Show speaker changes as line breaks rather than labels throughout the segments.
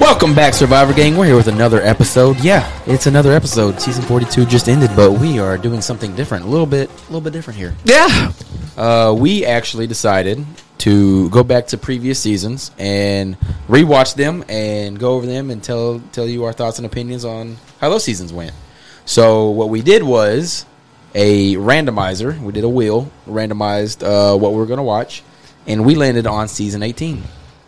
Welcome back, Survivor Gang. We're here with another episode. Yeah, it's another episode. Season 42 just ended, but we are doing something different. A little bit, a little bit different here.
Yeah.
Uh, we actually decided to go back to previous seasons and rewatch them and go over them and tell tell you our thoughts and opinions on how those seasons went. So what we did was a randomizer. We did a wheel, randomized uh, what we were going to watch, and we landed on season 18.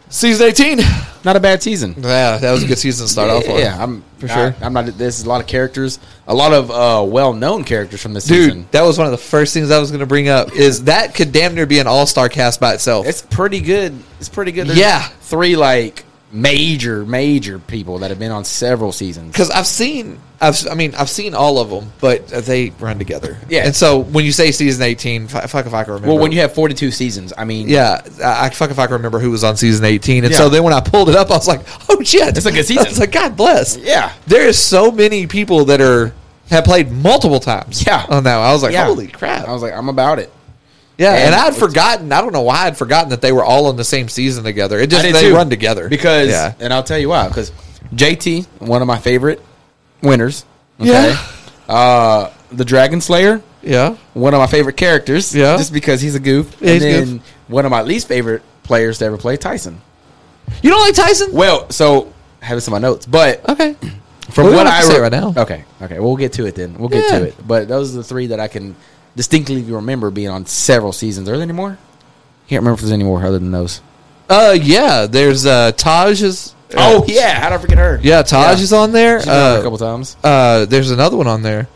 Season 18.
Not a bad season.
Yeah, that was a good season to start
yeah,
off with.
Yeah, I'm for
For sure.
sure. I, am not. There's a lot of characters, a lot of uh, well-known characters from this
Dude,
season.
that was one of the first things I was going to bring up is that could damn near be an all-star cast by itself.
It's pretty good. It's pretty good. There's
Yeah.
three like major, major people that have been on several seasons.
Cuz I've seen I've I mean, I've seen all of them, but they run together.
Yeah.
And so when you say season 18, f- fuck if I can remember.
Well, when you have 42 seasons, I mean,
yeah, I I- fuck if I can remember who was on season 18. And so
Yeah.
then when I pulled it up, I was like, "Oh shit.
It's a good
I
season.
was like, "God bless."
yeah.
There is so many people that are have played multiple times.
Yeah.
On that. one. I was like,
yeah.
"Holy crap."
I was like, I'm about it.
Yeah, and,
And
I'd
it's-
forgotten. I don't know why I'd forgotten that they were all on the same season together. It just
I did
they
too.
run together
because,
yeah,
and I'll tell you why. Because JT, one of my favorite winners.
Yeah.
Uh, the Dragon Slayer,
yeah,
one of my favorite characters.
Yeah.
Just because he's a goof.
Yeah,
and
he's a
then one of my least favorite players to ever play, Tyson.
You don't like Tyson?
Well, so I have this in my notes, but
Okay,
from
Well, we
what
don't
I
have to say
re-
it right now.
Okay, okay, we'll get to it then. We'll get
Yeah.
to it. But those are the three that I can distinctly remember being on several seasons. Are there any more? Can't remember if there's any more other than those.
uh, yeah. There's uh, Taj is
oh yeah, how'd I forget her?
yeah. Taj is on there.
She's been on a
Uh,
couple times.
uh, there's another one on there.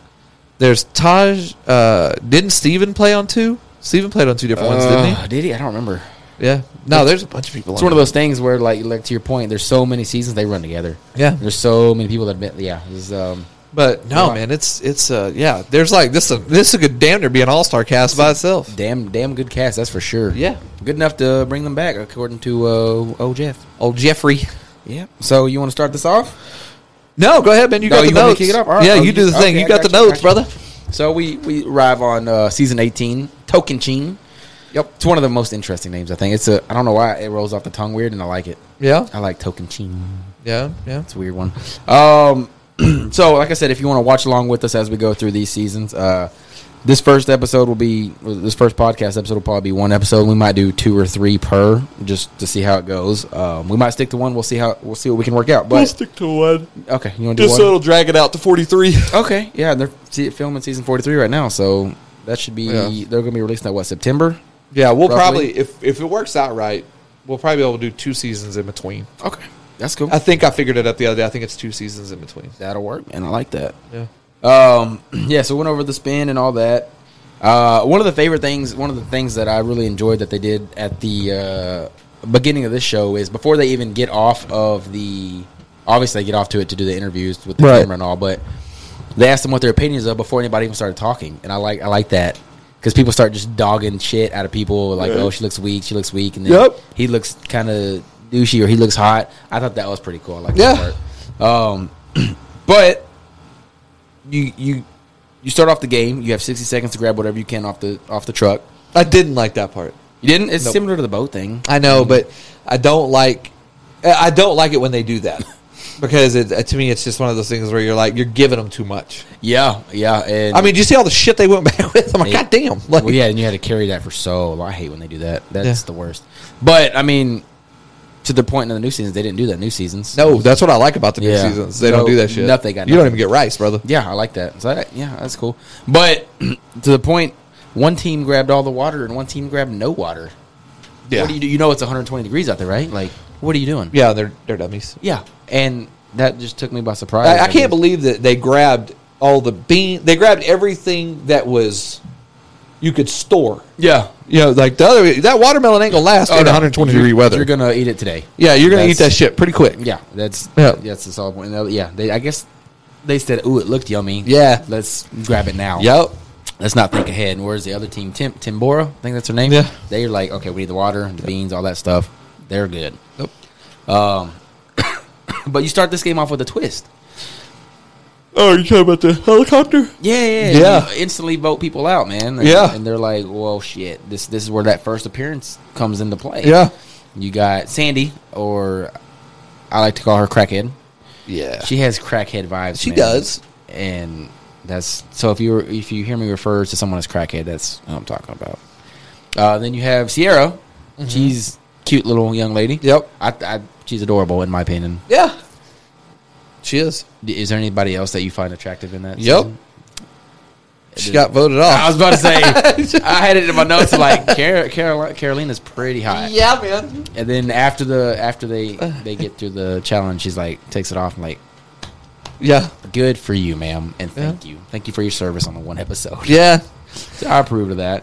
There's Taj. Uh, didn't Steven play on two? Steven played on two different ones, didn't
Uh, did he? I don't remember.
he? Yeah. No, there's a bunch of people.
It's
on
one of
there.
those things where, like, like to your point, there's so many seasons they run together.
Yeah.
There's so many people that admit, yeah. There's, um,
But no,
Yeah.
man, it's it's uh yeah. There's like this this could damn near be an all star cast by itself.
damn, damn good cast, that's for sure.
Yeah.
good enough to bring them back, according to uh, old Jeff.
Old Jeffrey.
Yeah. So you want to start this off?
No, go ahead, man. You
No,
got the
you want me
notes.
to kick it off? All right.
Yeah,
Oh,
you
you-
do the thing.
okay,
you
I
got,
got
the
you,
notes,
got you.
brother.
So we we arrive on uh, season eighteen, Token Chin. Yep, it's one of the most interesting names I think. It's a I don't know why it rolls off the tongue weird, and I like it.
Yeah,
I like Token Chin.
yeah, yeah.
It's a weird one. Um, so like I said, if you want to watch along with us as we go through these seasons, uh, this first episode will be this first podcast episode will probably be one episode. We might do two or three per just to see how it goes. Um, we might stick to one. We'll see how we'll see what we can work out. But
stick to one.
okay, you want to do one?
drag it out to forty three.
Okay, yeah, they're se- filming season forty three right now, so that should be
Yeah.
they're going to be releasing that what September.
Yeah, we'll
Roughly.
probably if if it works out right, we'll probably be able to do two seasons in between.
Okay, that's cool.
I think I figured it out the other day. I think it's two seasons in between.
That'll work, man. I like that.
Yeah.
Um, yeah, so went over the spin and all that. Uh, one of the favorite things, one of the things that I really enjoyed that they did at the uh, beginning of this show is before they even get off of the, obviously they get off to it to do the interviews with the
Right.
camera and all, but they asked them what their opinions are before anybody even started talking, and I like I like that because people start just dogging shit out of people like, oh, she looks weak, she looks weak, and then
Yep.
he looks kind of douchey or he looks hot. I thought that was pretty cool. I like
Yeah.
that part. Um, but you you you start off the game. You have sixty seconds to grab whatever you can off the off the truck.
I didn't like that part.
You didn't. It's
Nope.
similar to the boat thing.
I know, but I don't like I don't like it when they do that because it, to me it's just one of those things where you're like you're giving them too much.
Yeah, yeah. And
I mean, do you see all the shit they went back with? I'm like,
Mm-hmm. Yeah.
God damn! Like,
well, yeah, and you had to carry that for so. long. I hate when they do that. That's
Yeah.
the worst. But I mean, to the point in the new seasons, they didn't do that. New seasons,
No, that's what I like about the new
Yeah.
seasons. They
No,
don't do that shit.
nothing, got
You don't
nothing.
even get rice, brother.
Yeah, I like that. So that, yeah, that's cool. But to the point, one team grabbed all the water and one team grabbed no water. What do you do? You know it's 120 degrees out there, right? Like, what are you doing?
yeah, they're they're dummies.
Yeah. And that just took me by surprise.
I, I
mean,
can't believe that they grabbed all the bean. They grabbed everything that was you could store.
Yeah. Oh,
You know, like the other that watermelon ain't gonna last in
no.
120 degree
You're-
weather.
You're gonna eat it today.
yeah, you're gonna eat
That's-
that shit pretty quick.
Yeah, that's
Yeah.
that's the solid point. And, uh, Yeah, they, I guess they said, "Ooh, it looked yummy."
Yeah.
let's grab it now.
Yep.
let's not think ahead. And where's the other team? Tim Timbora, I think that's her name.
Yeah.
they're like, okay, we need the water, the beans, all that stuff. They're good.
Nope.
Um, but you start this game off with a twist.
Oh, you talking about the helicopter?
Yeah, yeah,
Yeah.
You instantly vote people out, man. And,
Yeah.
and they're like, "Well, shit, this this is where that first appearance comes into play."
Yeah.
you got Sandy or I like to call her crackhead.
Yeah.
She has crackhead vibes.
She
man.
does.
and that's so. If you were, if you hear me refer to someone as crackhead, that's what I'm talking about. Uh, then you have Sierra. She's cute little young lady.
Mm-hmm. Yep.
I, I, she's adorable in my opinion.
Yeah. She is.
Is there anybody else that you find attractive in that?
Yep.
season?
She got voted
I was
off.
about to say. I had it in my notes like Car- Carol- Carolina's pretty hot.
yeah, Uh. man.
And then after the after they they get through the challenge, she's like takes it off and like
Yeah.
good for you, ma'am, and thank you, thank you for your service on the one episode.
Yeah.
I approve of that.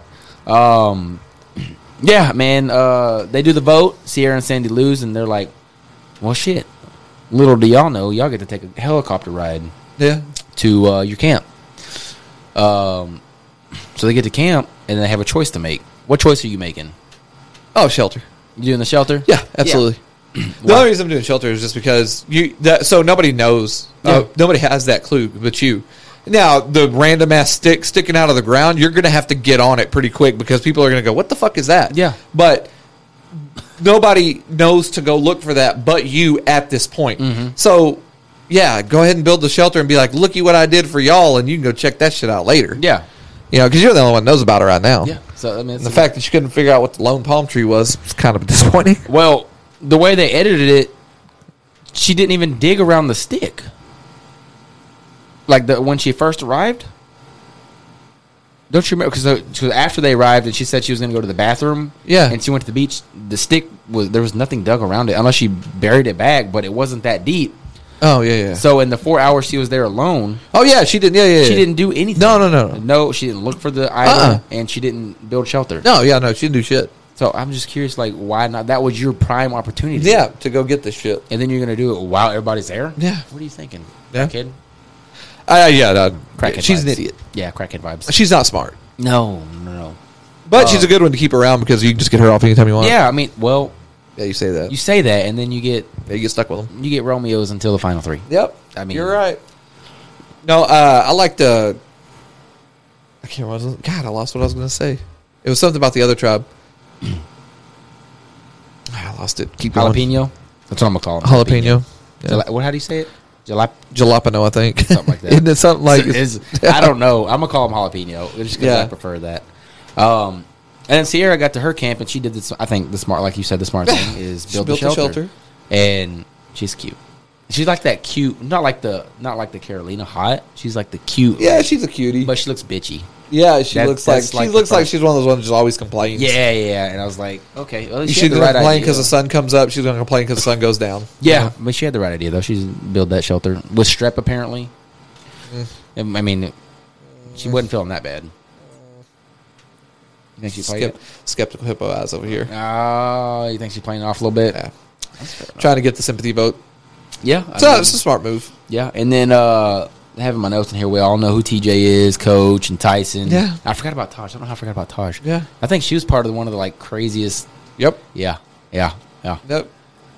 Um, yeah, man. Uh, they do the vote. Sierra and Sandy lose, and they're like, "Well, shit." Little do y'all know, y'all get to take a helicopter ride
Yeah.
to uh, your camp. Um, so they get to camp, and they have a choice to make. What choice are you making?
Oh, shelter.
You doing the shelter?
Yeah, absolutely. The
Why?
only reason I'm doing shelter is just because you. That, so nobody knows. Uh,
Yeah.
nobody has that clue but you. Now the random ass stick sticking out of the ground, you're gonna have to get on it pretty quick because people are gonna go, "What the fuck is that?"
Yeah.
But nobody knows to go look for that but you at this point. So yeah, go ahead and build the shelter and be like, "Looky what I did for y'all," and you can go check that shit out later.
Yeah,
You know, because you're the only one that knows about it right now.
yeah. So I mean, it's
And the fact that you couldn't figure out what the lone palm tree was was kind of disappointing.
Well, the way they edited it, she didn't even dig around the stick. Like the when she first arrived. Don't you remember? Because after they arrived, and she said she was going to go to the bathroom.
Yeah.
and she went to the beach. The stick was there was nothing dug around it unless she buried it back, but it wasn't that deep.
Oh yeah, yeah.
So in the four hours she was there alone,
Oh yeah, she didn't. Yeah, yeah.
she
yeah.
didn't do anything.
No, no, no, no.
no. She didn't look for the island,
Uh-uh.
and she didn't build shelter.
No, yeah, no, she didn't do shit.
So I'm just curious, like why not? That was your prime opportunity.
Yeah, to go get this shit.
and then you're gonna do it while everybody's there.
Yeah.
What are you thinking?
Yeah.
Kid.
Uh, yeah, no,
Crackhead.
she's an
vibes.
idiot.
Yeah, crackhead vibes.
She's not smart,
No, no,
but
Uh,
she's a good one to keep around because you can just get her off anytime you
no.
want.
Yeah, I mean, well,
yeah, you say that.
you
You,
say that, and then you get
yeah, you get stuck with them.
you get Romeo's until the final three.
Yep.
I mean-
you're right. No, uh, I like the. I can't remember. God, I lost what I was going to say. It was something about the other tribe. I lost it. Keep going.
Jalapeno. That's what I'm gonna call him.
Jalapeno. Yeah.
Jala- what? How do you say it? Jalap.
Jalapeno, I think.
Something like that.
Isn't it something like?
Is- I don't know. I'm gonna call him jalapeno. It's just because
Yeah.
I prefer that. Um, and then Sierra got to her camp, and she did this. I think the smart, like you said, the smart thing is
She
build the
built the
shelter.
shelter.
And she's cute. She's like that cute, not like the not like the Carolina hot. She's like the cute.
Yeah, she's a cutie.
but she looks bitchy.
Yeah, she
That-
looks like
that's
she
like the
looks like
first-
she's one of those ones that always complains.
Yeah, yeah. And I was like, okay, well,
she's
she had the
gonna
right
complain
idea.
because the sun comes up. She's gonna complain because the sun goes down.
yeah, but she had the right idea though. She's built that shelter with strep apparently.
Mm.
Um, I mean, she wasn't feeling that bad. You think she played
Skep- skeptical hippo eyes over here,
it? Oh, you think she's playing off a little bit?
Yeah. trying to get the sympathy vote.
Yeah, I
So
mean-
it's a smart move.
Yeah, and then uh having my notes in here, we all know who TJ is, Coach and Tyson.
Yeah.
I forgot about Taj. I don't know how I forgot about Taj.
Yeah.
I think she was part of the, one of the like craziest.
Yep.
Yeah, yeah, yeah,
Yep.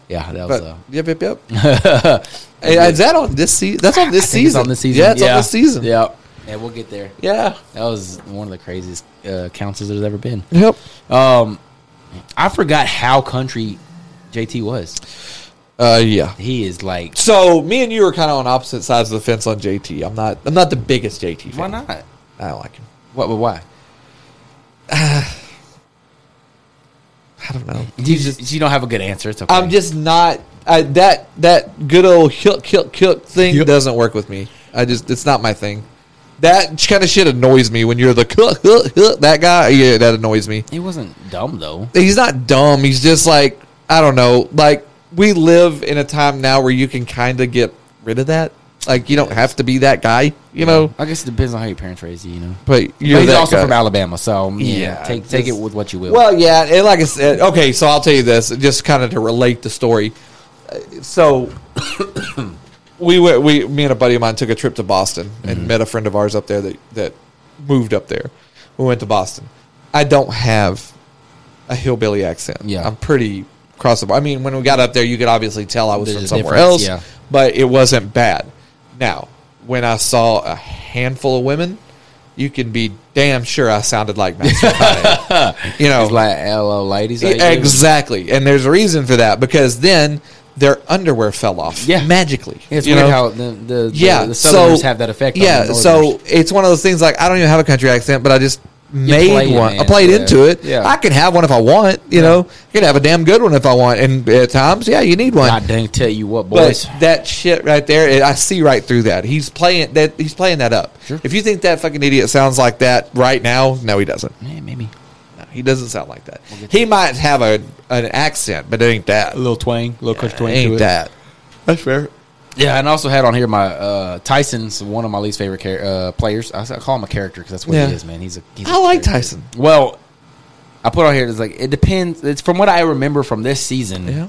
yeah. That was.
But
Uh,
yep, yep, yep. Hey, is that on this season? That's on
I think
this
it's
season.
on this season.
Yeah, it's on this season.
Yeah, yeah. We'll get there.
Yeah.
That was one of the craziest uh, councils there's ever been.
Yep.
Um, I forgot how country JT was.
Uh, yeah.
He is like.
So me and you are kind of on opposite sides of the fence on JT. I'm not. I'm not the biggest JT fan.
Why not?
I don't like him.
What? But why?
I don't know.
You just you don't have a good answer. It's okay.
I'm just not I, that that good old hilk hilk hilk thing
Yep.
doesn't work with me. I just it's not my thing. That kind of shit annoys me when you're the hook hook hook that guy. Yeah, that annoys me.
He wasn't dumb though.
He's not dumb. He's just like I don't know. Like we live in a time now where you can kind of get rid of that. Like you don't have to be that guy. You know.
I guess it depends on how your parents raise you, you know.
But
But
you're
he's
that
also
guy.
from Alabama, so yeah,
Yeah,
take take it
just-
with what you will.
Well, yeah, and like I said, okay, so I'll tell you this, just kind of to relate the story. Uh, So we went, we, me and a buddy of mine took a trip to Boston
Mm-hmm.
and met a friend of ours up there that that moved up there. We went to Boston. I don't have a hillbilly accent.
Yeah.
I'm pretty cross the board. I mean, when we got up there, you could obviously tell I was
There's
from
a
somewhere
difference,
else,
yeah.
but it wasn't bad. Now, when I saw a handful of women. You can be damn sure I sounded like Maxwell. Cotton. you know,
It's like hello, ladies. how you doing?"
Exactly. And there's a reason for that because then their underwear fell off.
Yeah.
magically.
It's
you
weird
know?
how the the,
yeah,
the, the Southerners
so,
have that effect. on the
Yeah,
Northerners.
so it's one of those things. Like I don't even have a country accent, but I just made
play it,
one. I
man.
played
Yeah.
into it.
Yeah.
I can have one if I want. You know, I can have a damn good one if I want. And at times, yeah, you need one.
God dang, tell you what, boys.
But that shit right there, it, I see right through that. He's playing that. He's playing that up.
Sure.
If you think that fucking idiot sounds like that right now, no, he doesn't.
Man, maybe
No, he doesn't sound like that. He might have a an accent, but it ain't that.
a little twang, a little country twang to
ain't
it.
that. That's fair.
Yeah, and I also had on here my uh, Tyson's one of my least favorite char- uh, players. I, s- I call him a character because that's what
Yeah.
he is, man. He's a. He's a
I like
character.
Tyson.
Well, I put on here. It's like it depends. It's from what I remember from this season.
Yeah.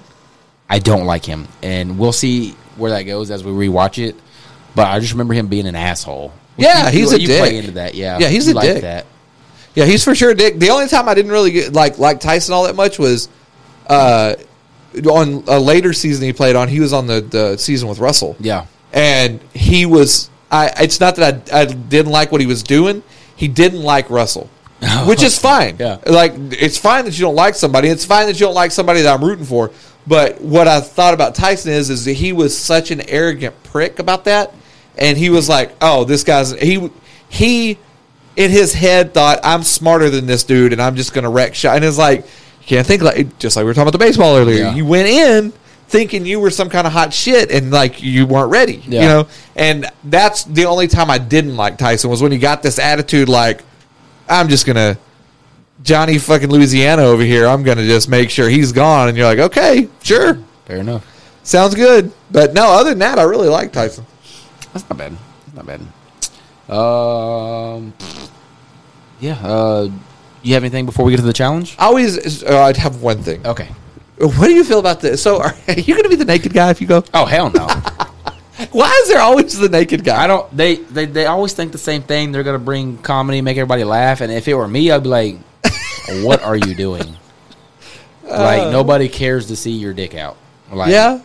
I don't like him, and we'll see where that goes as we rewatch it. But I just remember him being an asshole. Which
Yeah,
you-
he's
you,
a
you
dick.
Play into that, yeah.
Yeah, he's
You
a
like
dick.
That.
Yeah, he's for sure a dick. The only time I didn't really get, like like Tyson all that much was uh, on a later season he played on. He was on the, the season with Russell.
Yeah.
and he was. I it's not that I, I didn't like what he was doing. He didn't like Russell, which is fine.
Oh, Yeah.
like it's fine that you don't like somebody. It's fine that you don't like somebody that I'm rooting for. But what I thought about Tyson is is that he was such an arrogant prick about that, and he was like, "Oh, this guy's he he." in his head thought I'm smarter than this dude and I'm just gonna wreck shop. And it's like you can't think like just like we were talking about the baseball earlier.
Yeah.
You went in thinking you were some kind of hot shit and like you weren't ready.
Yeah.
You know? And that's the only time I didn't like Tyson was when he got this attitude like I'm just gonna Johnny fucking Louisiana over here, I'm gonna just make sure he's gone and you're like, Okay, sure.
Fair enough.
Sounds good. But no, other than that I really like Tyson.
That's not bad. That's not bad. Um. Yeah. Uh, you have anything before we get to the challenge?
I always uh, I'd have one thing.
Okay.
What do you feel about this? So, are, are you going to be the naked guy if you go?
Oh hell no.
Why is there always the naked guy?
I don't. They, they they always think the same thing. They're gonna bring comedy, make everybody laugh, and if it were me, I'd be like, "What are you doing? like nobody cares to see your dick out. Like,
yeah.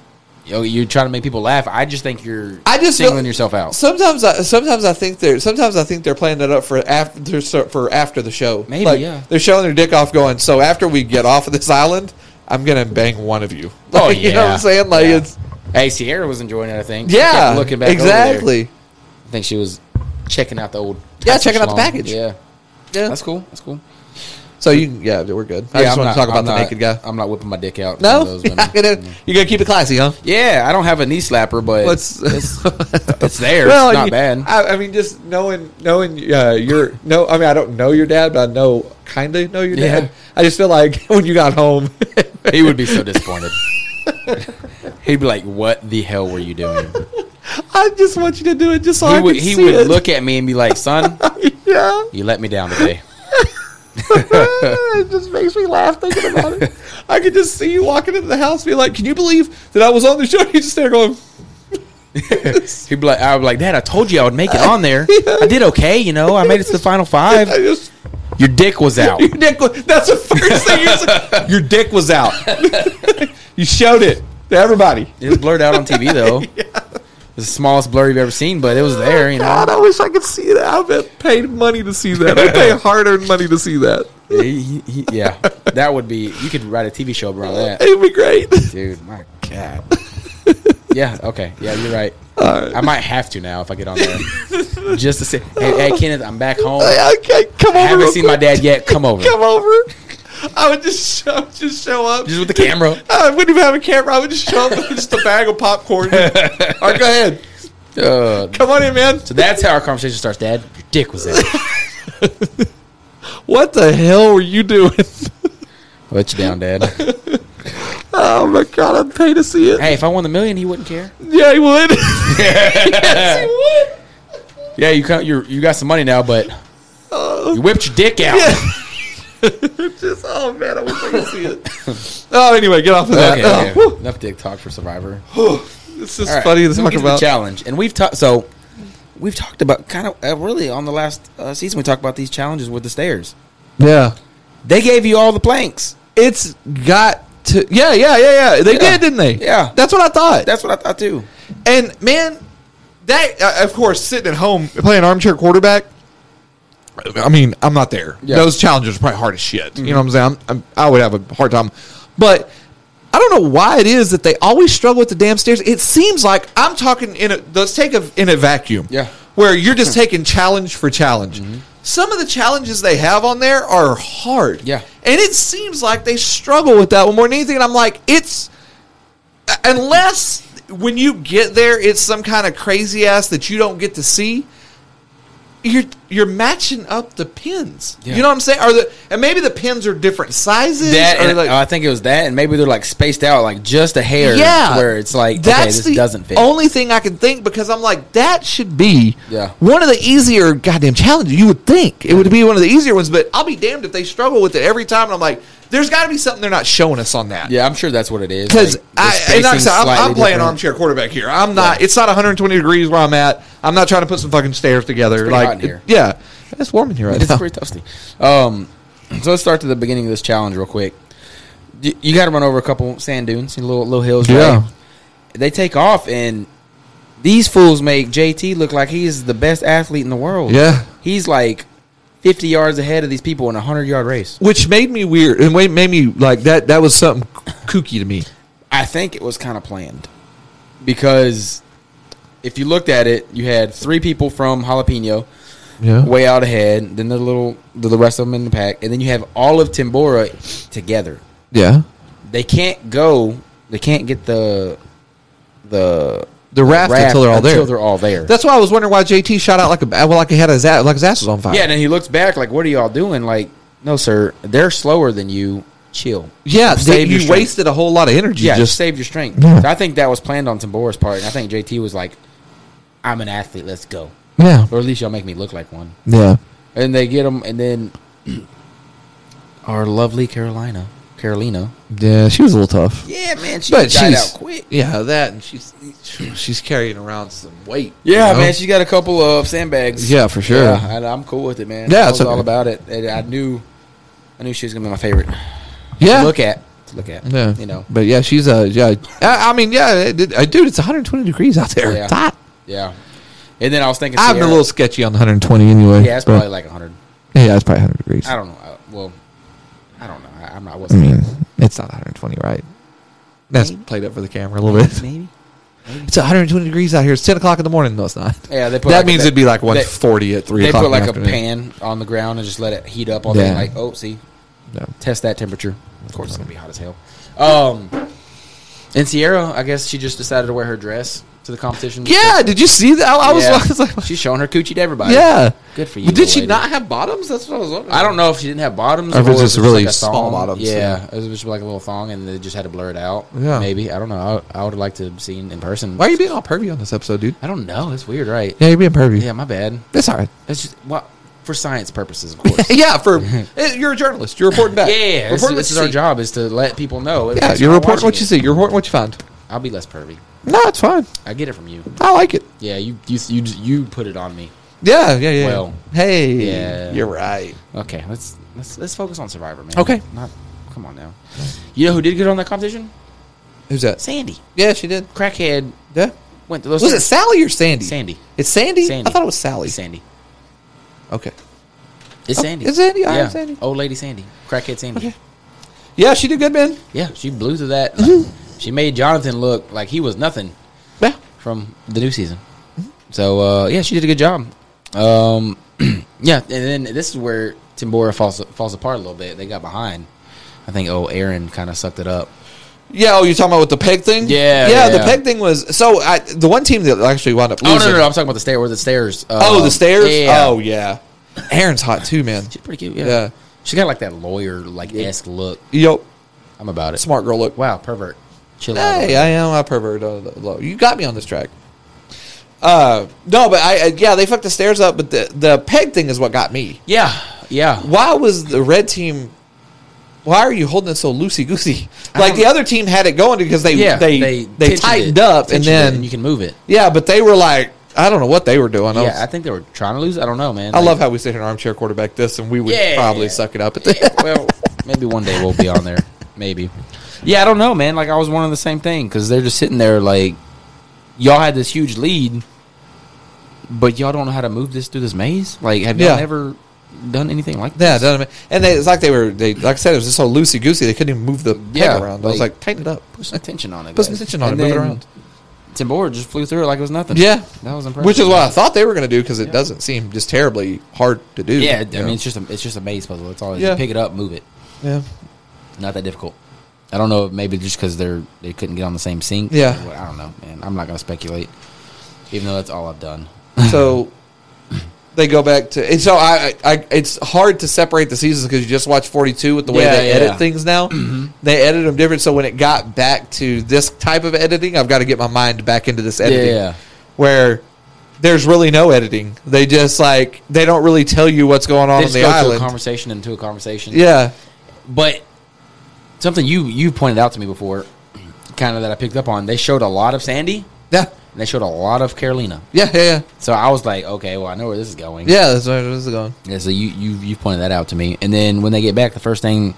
you know, you're trying to make people laugh. I just think you're
I just
singling
don't-
yourself out.
Sometimes I sometimes I think they're sometimes I think they're playing that up for after for after the show.
Maybe, yeah.
They're showing their dick off, going. So after we get off of this island, I'm going to bang one of you.
Oh,
Like, you know what
yeah.
I'm saying? Like
Yeah.
it's
hey, Sierra was enjoying it. I think. She kept
yeah,
looking back over there.
exactly.
I think she was checking out the old.
Yeah,
Tyson
checking out the
Schlong.
package.
Yeah,
Yeah.
that's cool. That's cool.
so you yeah, we're good. I
Yeah,
just
I'm
want
not-
to talk about
I'm
the
not-
naked guy.
I'm not whipping my dick out. in front of
no,
those
you're
women.
gonna keep it classy, huh?
yeah, I don't have a knee slapper, but
What's
it's, it's there. it's not
you-
bad.
I, I mean, just knowing knowing uh, your no, I mean, I don't know your dad, but I know kind of know your
Yeah.
dad. I just feel like when you got home,
He would be so disappointed. He'd be like, "What the hell were you doing?"
I just want you to do it just so
He
I
would
can
he
see
would
it.
look at me and be like, "Son,
yeah,
you let me down today."
it just makes me laugh thinking about it. I could just see you walking into the house, be like, "Can you believe that I was on the show?" You just there going,
He'd be like, "I would be like, Dad, I told you I would make it on there. I did okay, you know. I made it to the final
"I
five.
just."
Your dick was out.
Your dick was, that's the first thing you're saying. Your dick was out. you showed it to everybody.
It was blurred out on TV though. It's the smallest blur you've ever seen, but it was there, you know.
Oh, God, I wish I could see that. I bet paid money to see that. I pay hard-earned money to see that.
He- he- he- yeah, that would be. You could write a TV show around that,
It'd be great.
dude. My God. Yeah. Okay. Yeah, you're right.
All
I
right.
might have to now if I get on there. Just to say, hey, hey Kenneth, I'm back home. I
Hey, okay, come over.
haven't
real
seen my
quick.
dad yet. Come over.
Come over. I would just show, just show up.
Just with the camera.
I wouldn't even have a camera. I would just show up with just a bag of popcorn. All right, go ahead.
Uh,
Come on in, man.
so that's how our conversation starts, Dad. Your dick was out.
What the hell were you doing?
I'll let you down, Dad.
Oh my god, I'd pay to see it.
Hey, if I won the million, he wouldn't care.
Yeah, he would. yes, he would.
Yeah, you can you you got some money now, but
Oh.
you whipped your dick out.
just oh man, I wish I could see it. oh, anyway, get off of that.
Okay,
Oh,
okay.
whew.
enough dick talk for Survivor.
It's just
All right,
funny to
so we
talk
get the
about.
challenge, and we've talked so we've talked about kind of uh, really on the last uh, season we talked about these challenges with the stairs.
Yeah,
They gave you all the planks.
it's got to. Yeah, yeah, yeah, yeah. They
Yeah.
did, didn't they?
Yeah.
that's what I thought.
That's what I thought too.
and man, that uh, of course sitting at home playing armchair quarterback. I mean, I'm not there.
Yeah. Mm-hmm.
Those challenges are probably hard as shit. You know what I'm saying? I'm, I'm, I would have a hard time, but I don't know why it is that they always struggle with the damn stairs. It seems like I'm talking in a let's take a in a vacuum.
Yeah. Mm-hmm.
Where you're just taking challenge for challenge. Some of the challenges they have on there are hard.
Yeah.
And it seems like they struggle with that one more than anything. And I'm like, it's unless when you get there it's some kind of crazy ass that you don't get to see you're you're matching up the pins
Yeah.
you know what i'm saying or the and maybe the pins are different sizes
That
or
and
like-
oh, I think it was that, and maybe they're like spaced out, like just a hair.
yeah
where it's like okay,
that's
this
the
doesn't fit.
only thing i can think because i'm like that should be
Yeah.
one of the easier goddamn challenges you would think it would be one of the easier ones but i'll be damned if they struggle with it every time and i'm like there's got to be something they're not showing us on that
yeah, I'm sure that's what it is.
because
like, the
I, and like I
spacing's
said, I'm, I'm
slightly
playing
different.
armchair quarterback here. I'm not. It's not 120 degrees where I'm at. I'm not trying to put some fucking stairs together.
pretty
like,
hot in here.
It, yeah, it's warm in here right
It's
now.
pretty toasty. Um, so let's start to the beginning of this challenge real quick. You, you got to run over a couple sand dunes, and little little hills.
Yeah.
right? they take off, and these fools make JT look like he's the best athlete in the world.
Yeah.
he's like fifty yards ahead of these people in a hundred yard race.
Which made me weird and wa- made me like that. That was something kooky to me.
I think it was kind of planned because if you looked at it, you had three people from Jalapeno
Yeah.
way out ahead, then the little the the rest of them in the pack, and then you have all of Timbora together.
Yeah.
They can't go. They can't get the the
The raft until they're all
until
there.
they're all there.
That's why I was wondering why JT shot out like a well, like he had his ass, like his ass was on fire.
yeah, and then he looks back like, "What are y'all doing?" Like, "No, sir, they're slower than you. Chill."
yeah.
Save
They,
your
you
strength.
wasted a whole lot of energy.
yeah, just
just
save your strength.
Yeah.
So I think that was planned on Timbora's part, and I think JT was like, "I'm an athlete. Let's go."
yeah,
Or at least y'all make me look like one.
yeah.
And they get them, and then our lovely Carolina, Carolina.
Yeah, she was a little tough.
Yeah, man, she died
But she's
out quick.
yeah that, and she's she's carrying around some weight.
Yeah,
you know?
man, she got a couple of sandbags.
Yeah, for sure.
Yeah, and I'm cool with it, man.
Yeah,
I
it's
was all
okay.
about it. And I knew, I knew she was gonna be my favorite.
Yeah.
to look at, to look at.
yeah.
you know,
But yeah, she's a yeah. I, I mean, yeah, it, it- uh, dude, it's 120 degrees out there.
Yeah.
It's hot.
yeah. And then I was thinking,
I've been a
Sierra.
little sketchy on the 120 anyway.
Yeah, it's
but-
probably like 100.
yeah, it's probably 100 degrees.
I don't know. I, well, I don't know. I, I'm not. I
I
wasn't
mean, it's not 120, right? That's
Maybe.
played up for the camera a little bit.
maybe.
It's 120 degrees out here. It's 10 o'clock in the morning. No, it's not.
Yeah, they put
that
like
means
they-
it'd be like
they-
140 at three
They
o'clock.
put
in the
like a
afternoon.
pan on the ground and just let it heat up all day.
Yeah.
Like, oh, see,
No.
test that temperature. Of course, it's gonna be hot as hell. Um, and Sierra, I guess she just decided to wear her dress to the competition.
Yeah, did you see that? I, I was,
Yeah.
I was like,
she's showing her coochie to everybody.
yeah.
good for you.
But did
little
she
lady.
not have bottoms? That's what I was wondering.
I don't know if she didn't have bottoms
Or if it's just
it was
really
a
small
thong.
bottoms,
Yeah,
yeah.
it was just like a little thong, and they just had to blur it out.
Yeah.
maybe I don't know. I, I would have liked to have seen in person.
Why are you being all pervy on this episode, dude?
I don't know. It's weird, right?
Yeah, you're being pervy.
Yeah, my bad.
That's all right.
That's just well, for science purposes, of course.
yeah, for eh, you're a journalist. You're reporting
yeah,
back.
this,
Report
is,
what
this
you
is our
see.
job is to let people know.
Yeah,
Thanks
you're
for
reporting what
watching
you
it.
see. You're reporting what you find.
I'll be less pervy.
No, it's fine.
I get it from you.
I like it.
Yeah, you you you you put it on me.
Yeah, yeah, yeah.
Well,
hey,
yeah.
you're right.
Okay, let's let's let's focus on Survivor, man.
Okay.
not come on now. You know who did good on that competition?
Who's that?
Sandy,
Yeah, she did.
crackhead,
Yeah.
went to those.
Was it Sally or Sandy?
Sandy?
It's Sandy?
Sandy.
I thought it was Sally.
Sandy.
Okay.
It's
Oh,
Sandy.
it's Sandy? I am
Yeah.
Sandy.
Old lady Sandy. Crackhead Sandy.
Okay. Yeah, she did good, man.
Yeah, she blew through that.
Mm-hmm.
She made Jonathan look like he was nothing
Yeah.
from the new season. So uh, yeah, she did a good job. Um, yeah, and then this is where Timbora falls falls apart a little bit. They got behind. I think oh Aaron kind of sucked it up.
Yeah, oh, you're talking about with the peg thing?
Yeah,
Yeah, the
yeah.
peg thing was. So, I, the one team that actually wound up
Oh
losing.
no, no, no! I'm talking about the stair or the stairs.
Oh,
Um,
the stairs?
Yeah.
Oh, yeah. Aaron's hot, too, man.
she's pretty cute. Yeah.
Yeah.
she's got like that lawyer like esque look.
Yo,
I'm about it.
smart girl look.
Wow, pervert. Chill out.
Hey, I am a pervert. Uh, low. You got me on this track. Uh, no, but I, I yeah, they fucked the stairs up, but the the peg thing is what got me.
Yeah, yeah.
Why was the red team? Why are you holding it so loosey goosey? Like the other team had it going because they
yeah,
they they,
tensioned
tightened
it,
up and
tensioned it,
then
you can move it.
yeah, but they were like I don't know what they were doing. I, was-
Yeah, I think they were trying to lose. I don't know, man.
I
Like-
love how we sit here and armchair quarterback this, and we would
Yeah.
probably suck it up at the
Yeah, well, maybe one day we'll be on there. Maybe. Yeah, I don't know, man. Like I was one of the same thing because they're just sitting there like, y'all had this huge lead, but y'all don't know how to move this through this maze. Like, have y'all
Yeah.
never done anything like that.
Yeah, it doesn't ma- and they, it's like they were. They like I said, it was just so loosey goosey. They couldn't even move the peg
Yeah,
around. I was
like-
like, tighten it up.
Put some attention on it.
Put some
guys.
attention on
And
it. Move it
then
around.
Tim Board just flew through it like it was nothing.
Yeah,
that was impressive.
Which is what I thought they were going to do because it
Yeah.
doesn't seem just terribly hard to do.
Yeah, I
you
mean
know?
it's just a, it's just a maze puzzle. It's all
Yeah.
you pick it up, move it.
yeah.
Not that difficult. I don't know. Maybe just because they're they couldn't get on the same sync.
Yeah.
Or what- I don't know, man. I'm not gonna speculate, even though that's all I've done.
so they go back to and so I, I I- it's hard to separate the seasons because you just watch 42 with the way
Yeah,
they
yeah. Mm-hmm.
edit things now they edit them different so when it got back to this type of editing I've got to get my mind back into this editing
yeah.
where there's really no editing they just like they don't really tell you what's going on
They
on
just
the
go to a
island
conversation into a conversation.
yeah
But something you you pointed out to me before, kind of that I picked up on. They showed a lot of Sandy,
yeah
and they showed a lot of Carolina.
yeah yeah yeah
So I was like, okay, well I know where this is going.
yeah that's where this is going
Yeah, so you you you pointed that out to me, and then when they get back, the first thing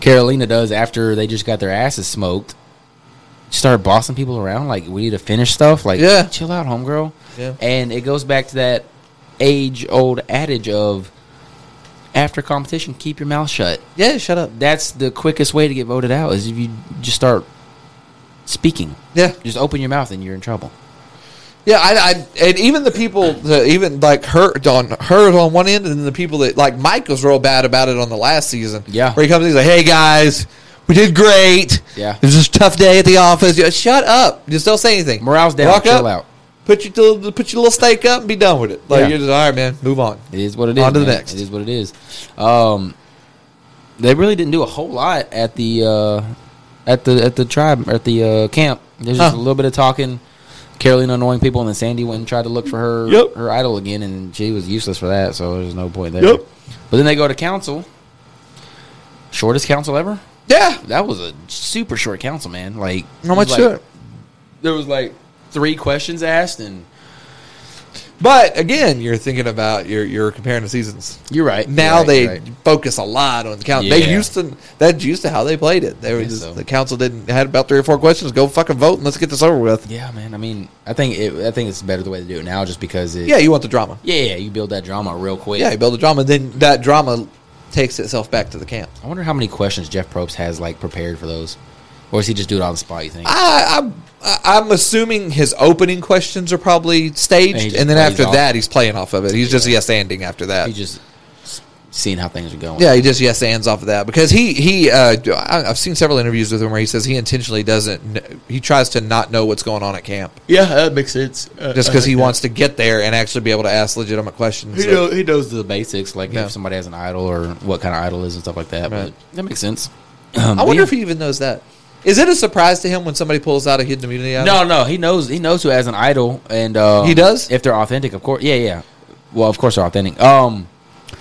Carolina does after they just got their asses smoked, start bossing people around like we need to finish stuff. Like,
Yeah.
chill out, homegirl.
Yeah.
and it goes back to that age old adage of after competition, keep your mouth shut.
yeah shut up
That's the quickest way to get voted out is if you just start speaking.
yeah
Just open your mouth and you're in trouble.
Yeah, I, I and even the people, that even like her on her on one end, and then the people that like Mike was real bad about it on the last season.
Yeah.
where he comes, in, he's like, "Hey guys, we did great.
Yeah.
it was just a tough day at the office. Yeah, shut up, just don't say anything.
Morale's down,
Walk
chill
up,
out.
Put your little- put your little steak up and be done with it. Like
Yeah.
you're just all right, man. Move on.
It is what it is.
On to the
man.
next.
It is what it is. Um, they really didn't do a whole lot at the uh, at the at the tribe at the uh, camp. There's just
Huh.
a little bit of talking, Carolina annoying people, and then Sandy went and tried to look for her
Yep.
her idol again, and she was useless for that. So there's no point there.
Yep.
But then they go to council. Shortest council ever.
Yeah,
That was a super short council, man. Like
not much
like,
to it.
There was like three questions asked, and
But again, you're thinking about you're you're comparing the seasons.
you're right. you're
now
right,
they
you're right.
focus a lot on the council. They
Yeah.
used to that's used to how they played it. They were
Guess
just
so.
the council didn't had about three or four questions. Go fucking vote and let's get this over with.
Yeah, man. I mean, I think it, I think it's better the way to do it now, just because it.
Yeah, you want the drama.
yeah, yeah, You build that drama real quick.
Yeah, you build the drama. Then that drama takes itself back to the camp.
I wonder how many questions Jeff Probst has like prepared for those, or does he just do it on the spot? You think?
I, I I'm assuming his opening questions are probably staged,
And he
and,
just
then
plays
after
off.
that he's playing off of it. He's just yes anding after that.
He's just s- seeing how things are going.
Yeah, he just yes ands off of that because he he uh, I- I've seen several interviews with him where he says he intentionally doesn't kn- he tries to not know what's going on at camp.
yeah, that makes sense. Uh,
just because he wants to get there and actually be able to ask legitimate questions.
he,
So-
know, he knows the basics, like
Yeah.
if somebody has an idol or what kind of idol is and stuff like that.
Right.
But that makes sense.
I wonder if he even knows that. Is it a surprise to him when somebody pulls out a hidden immunity? Item?
No, no, he knows. He knows who has an idol, and um,
He does?
if they're authentic, of course. Yeah, yeah. Well, of course they're authentic. Um,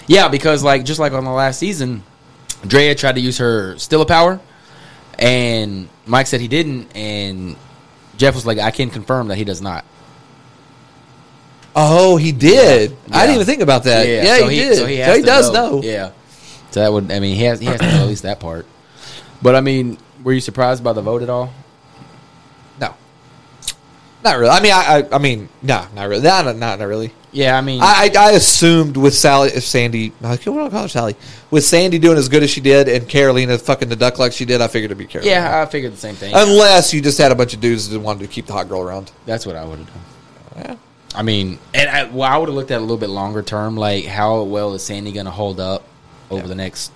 yeah, because like just like on the last season, Drea tried to use her still a power, and Mike said he didn't, and Jeff was like, "I can confirm that he does not."
Oh, he did. I didn't
Yeah.
even think about that. Yeah,
so
he, did. So he,
has to
does know.
Yeah. So that would I mean he has he has to know at least that part. But I mean, were you surprised by the vote at all?
No, not really. I mean, I, I, I mean, no, not really. Not, not, not really.
Yeah, I mean,
I, I, I assumed with Sally, if Sandy, I can't- what do I call her, Sally? With Sandy doing as good as she did, and Carolina fucking the duck like she did, I figured it'd be Carolina.
yeah, I figured the same thing.
Unless you just had a bunch of dudes that wanted to keep the hot girl around.
That's what I would have done.
Yeah.
I mean, and I, well, I would have looked at it a little bit longer term, like how well is Sandy going to hold up over
Yeah.
the next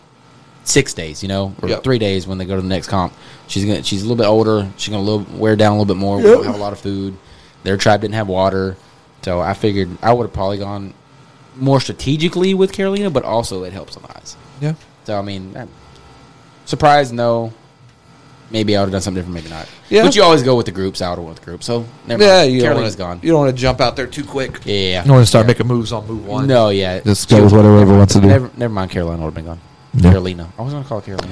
six days, you know, or
Yep.
three days when they go to the next comp. She's gonna, she's a little bit older. She's gonna little, wear down a little bit more. We don't
Yep.
have a lot of food. Their tribe didn't have water, so I figured I would have probably gone more strategically with Carolina, but also it helps on the eyes.
Yeah.
So I mean, that, surprise, no. Maybe I would have done something different. Maybe not.
Yeah.
But you always go with the groups. I would have went with the group. So never yeah,
Yeah, you
mind.
don't
Carolina's
want
gone.
to. You don't want to jump out there too quick.
Yeah, yeah, yeah.
You don't want to start making moves on move one.
No, yeah.
Just
She
go with
was-
whatever everyone wants to do.
Never, never mind. Carolina would have been gone.
Yeah.
Carolina. I was going to call her Carolina.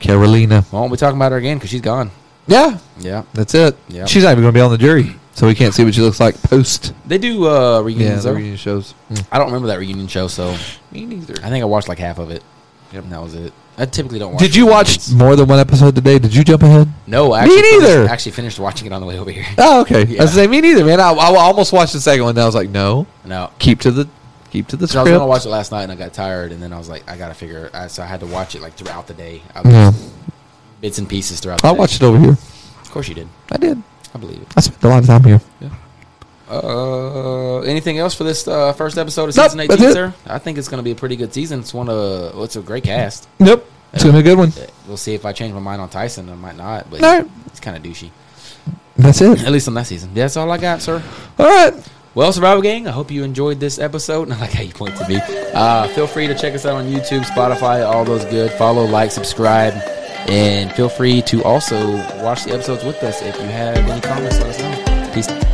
Carolina.
Well, we talking about her again because she's gone.
Yeah,
Yeah.
that's it.
Yeah.
She's not even going to be on the jury, so we can't see what she looks like post.
They do uh, reunions.
the
though.
reunion shows.
I don't remember that reunion show, so
Me neither.
Hmm. I think I watched like half of it.
Yep.
And that was it. I typically don't watch.
Did you watch
reunions.
more than one episode today? Did you jump ahead?
No, I actually
neither.
Finished, actually finished watching it on the way over here.
Oh, okay. I
Yeah.
was saying me neither, man. I, I almost watched the second one, and I was like, no,
No.
keep to the Keep to the
So I was
script.
gonna watch it last night and I got tired, and then I was like, I gotta figure. I, so I had to watch it like throughout the day, I was
Yeah.
bits and pieces throughout. the
I
day.
watched Mm-hmm. it over here.
Of course, you did.
I did.
I believe it.
I spent a lot of time here.
Uh, anything else for this uh, first episode of
Nope,
season
that's
18,
it.
sir? I think it's gonna be a pretty good season. It's one of well, it's a great cast.
Nope. It's gonna be a good one.
Uh, We'll see if I change my mind on Tyson. I might not, but
No.
it's kind of douchey.
That's it.
At least on that season. That's all I got, sir.
All right.
Well, Survival Gang, I hope you enjoyed this episode. I like how you point to me. Uh, feel free to check us out on YouTube, Spotify, all those good. Follow, like, subscribe, and feel free to also watch the episodes with us if you have any comments. Let us know. Peace.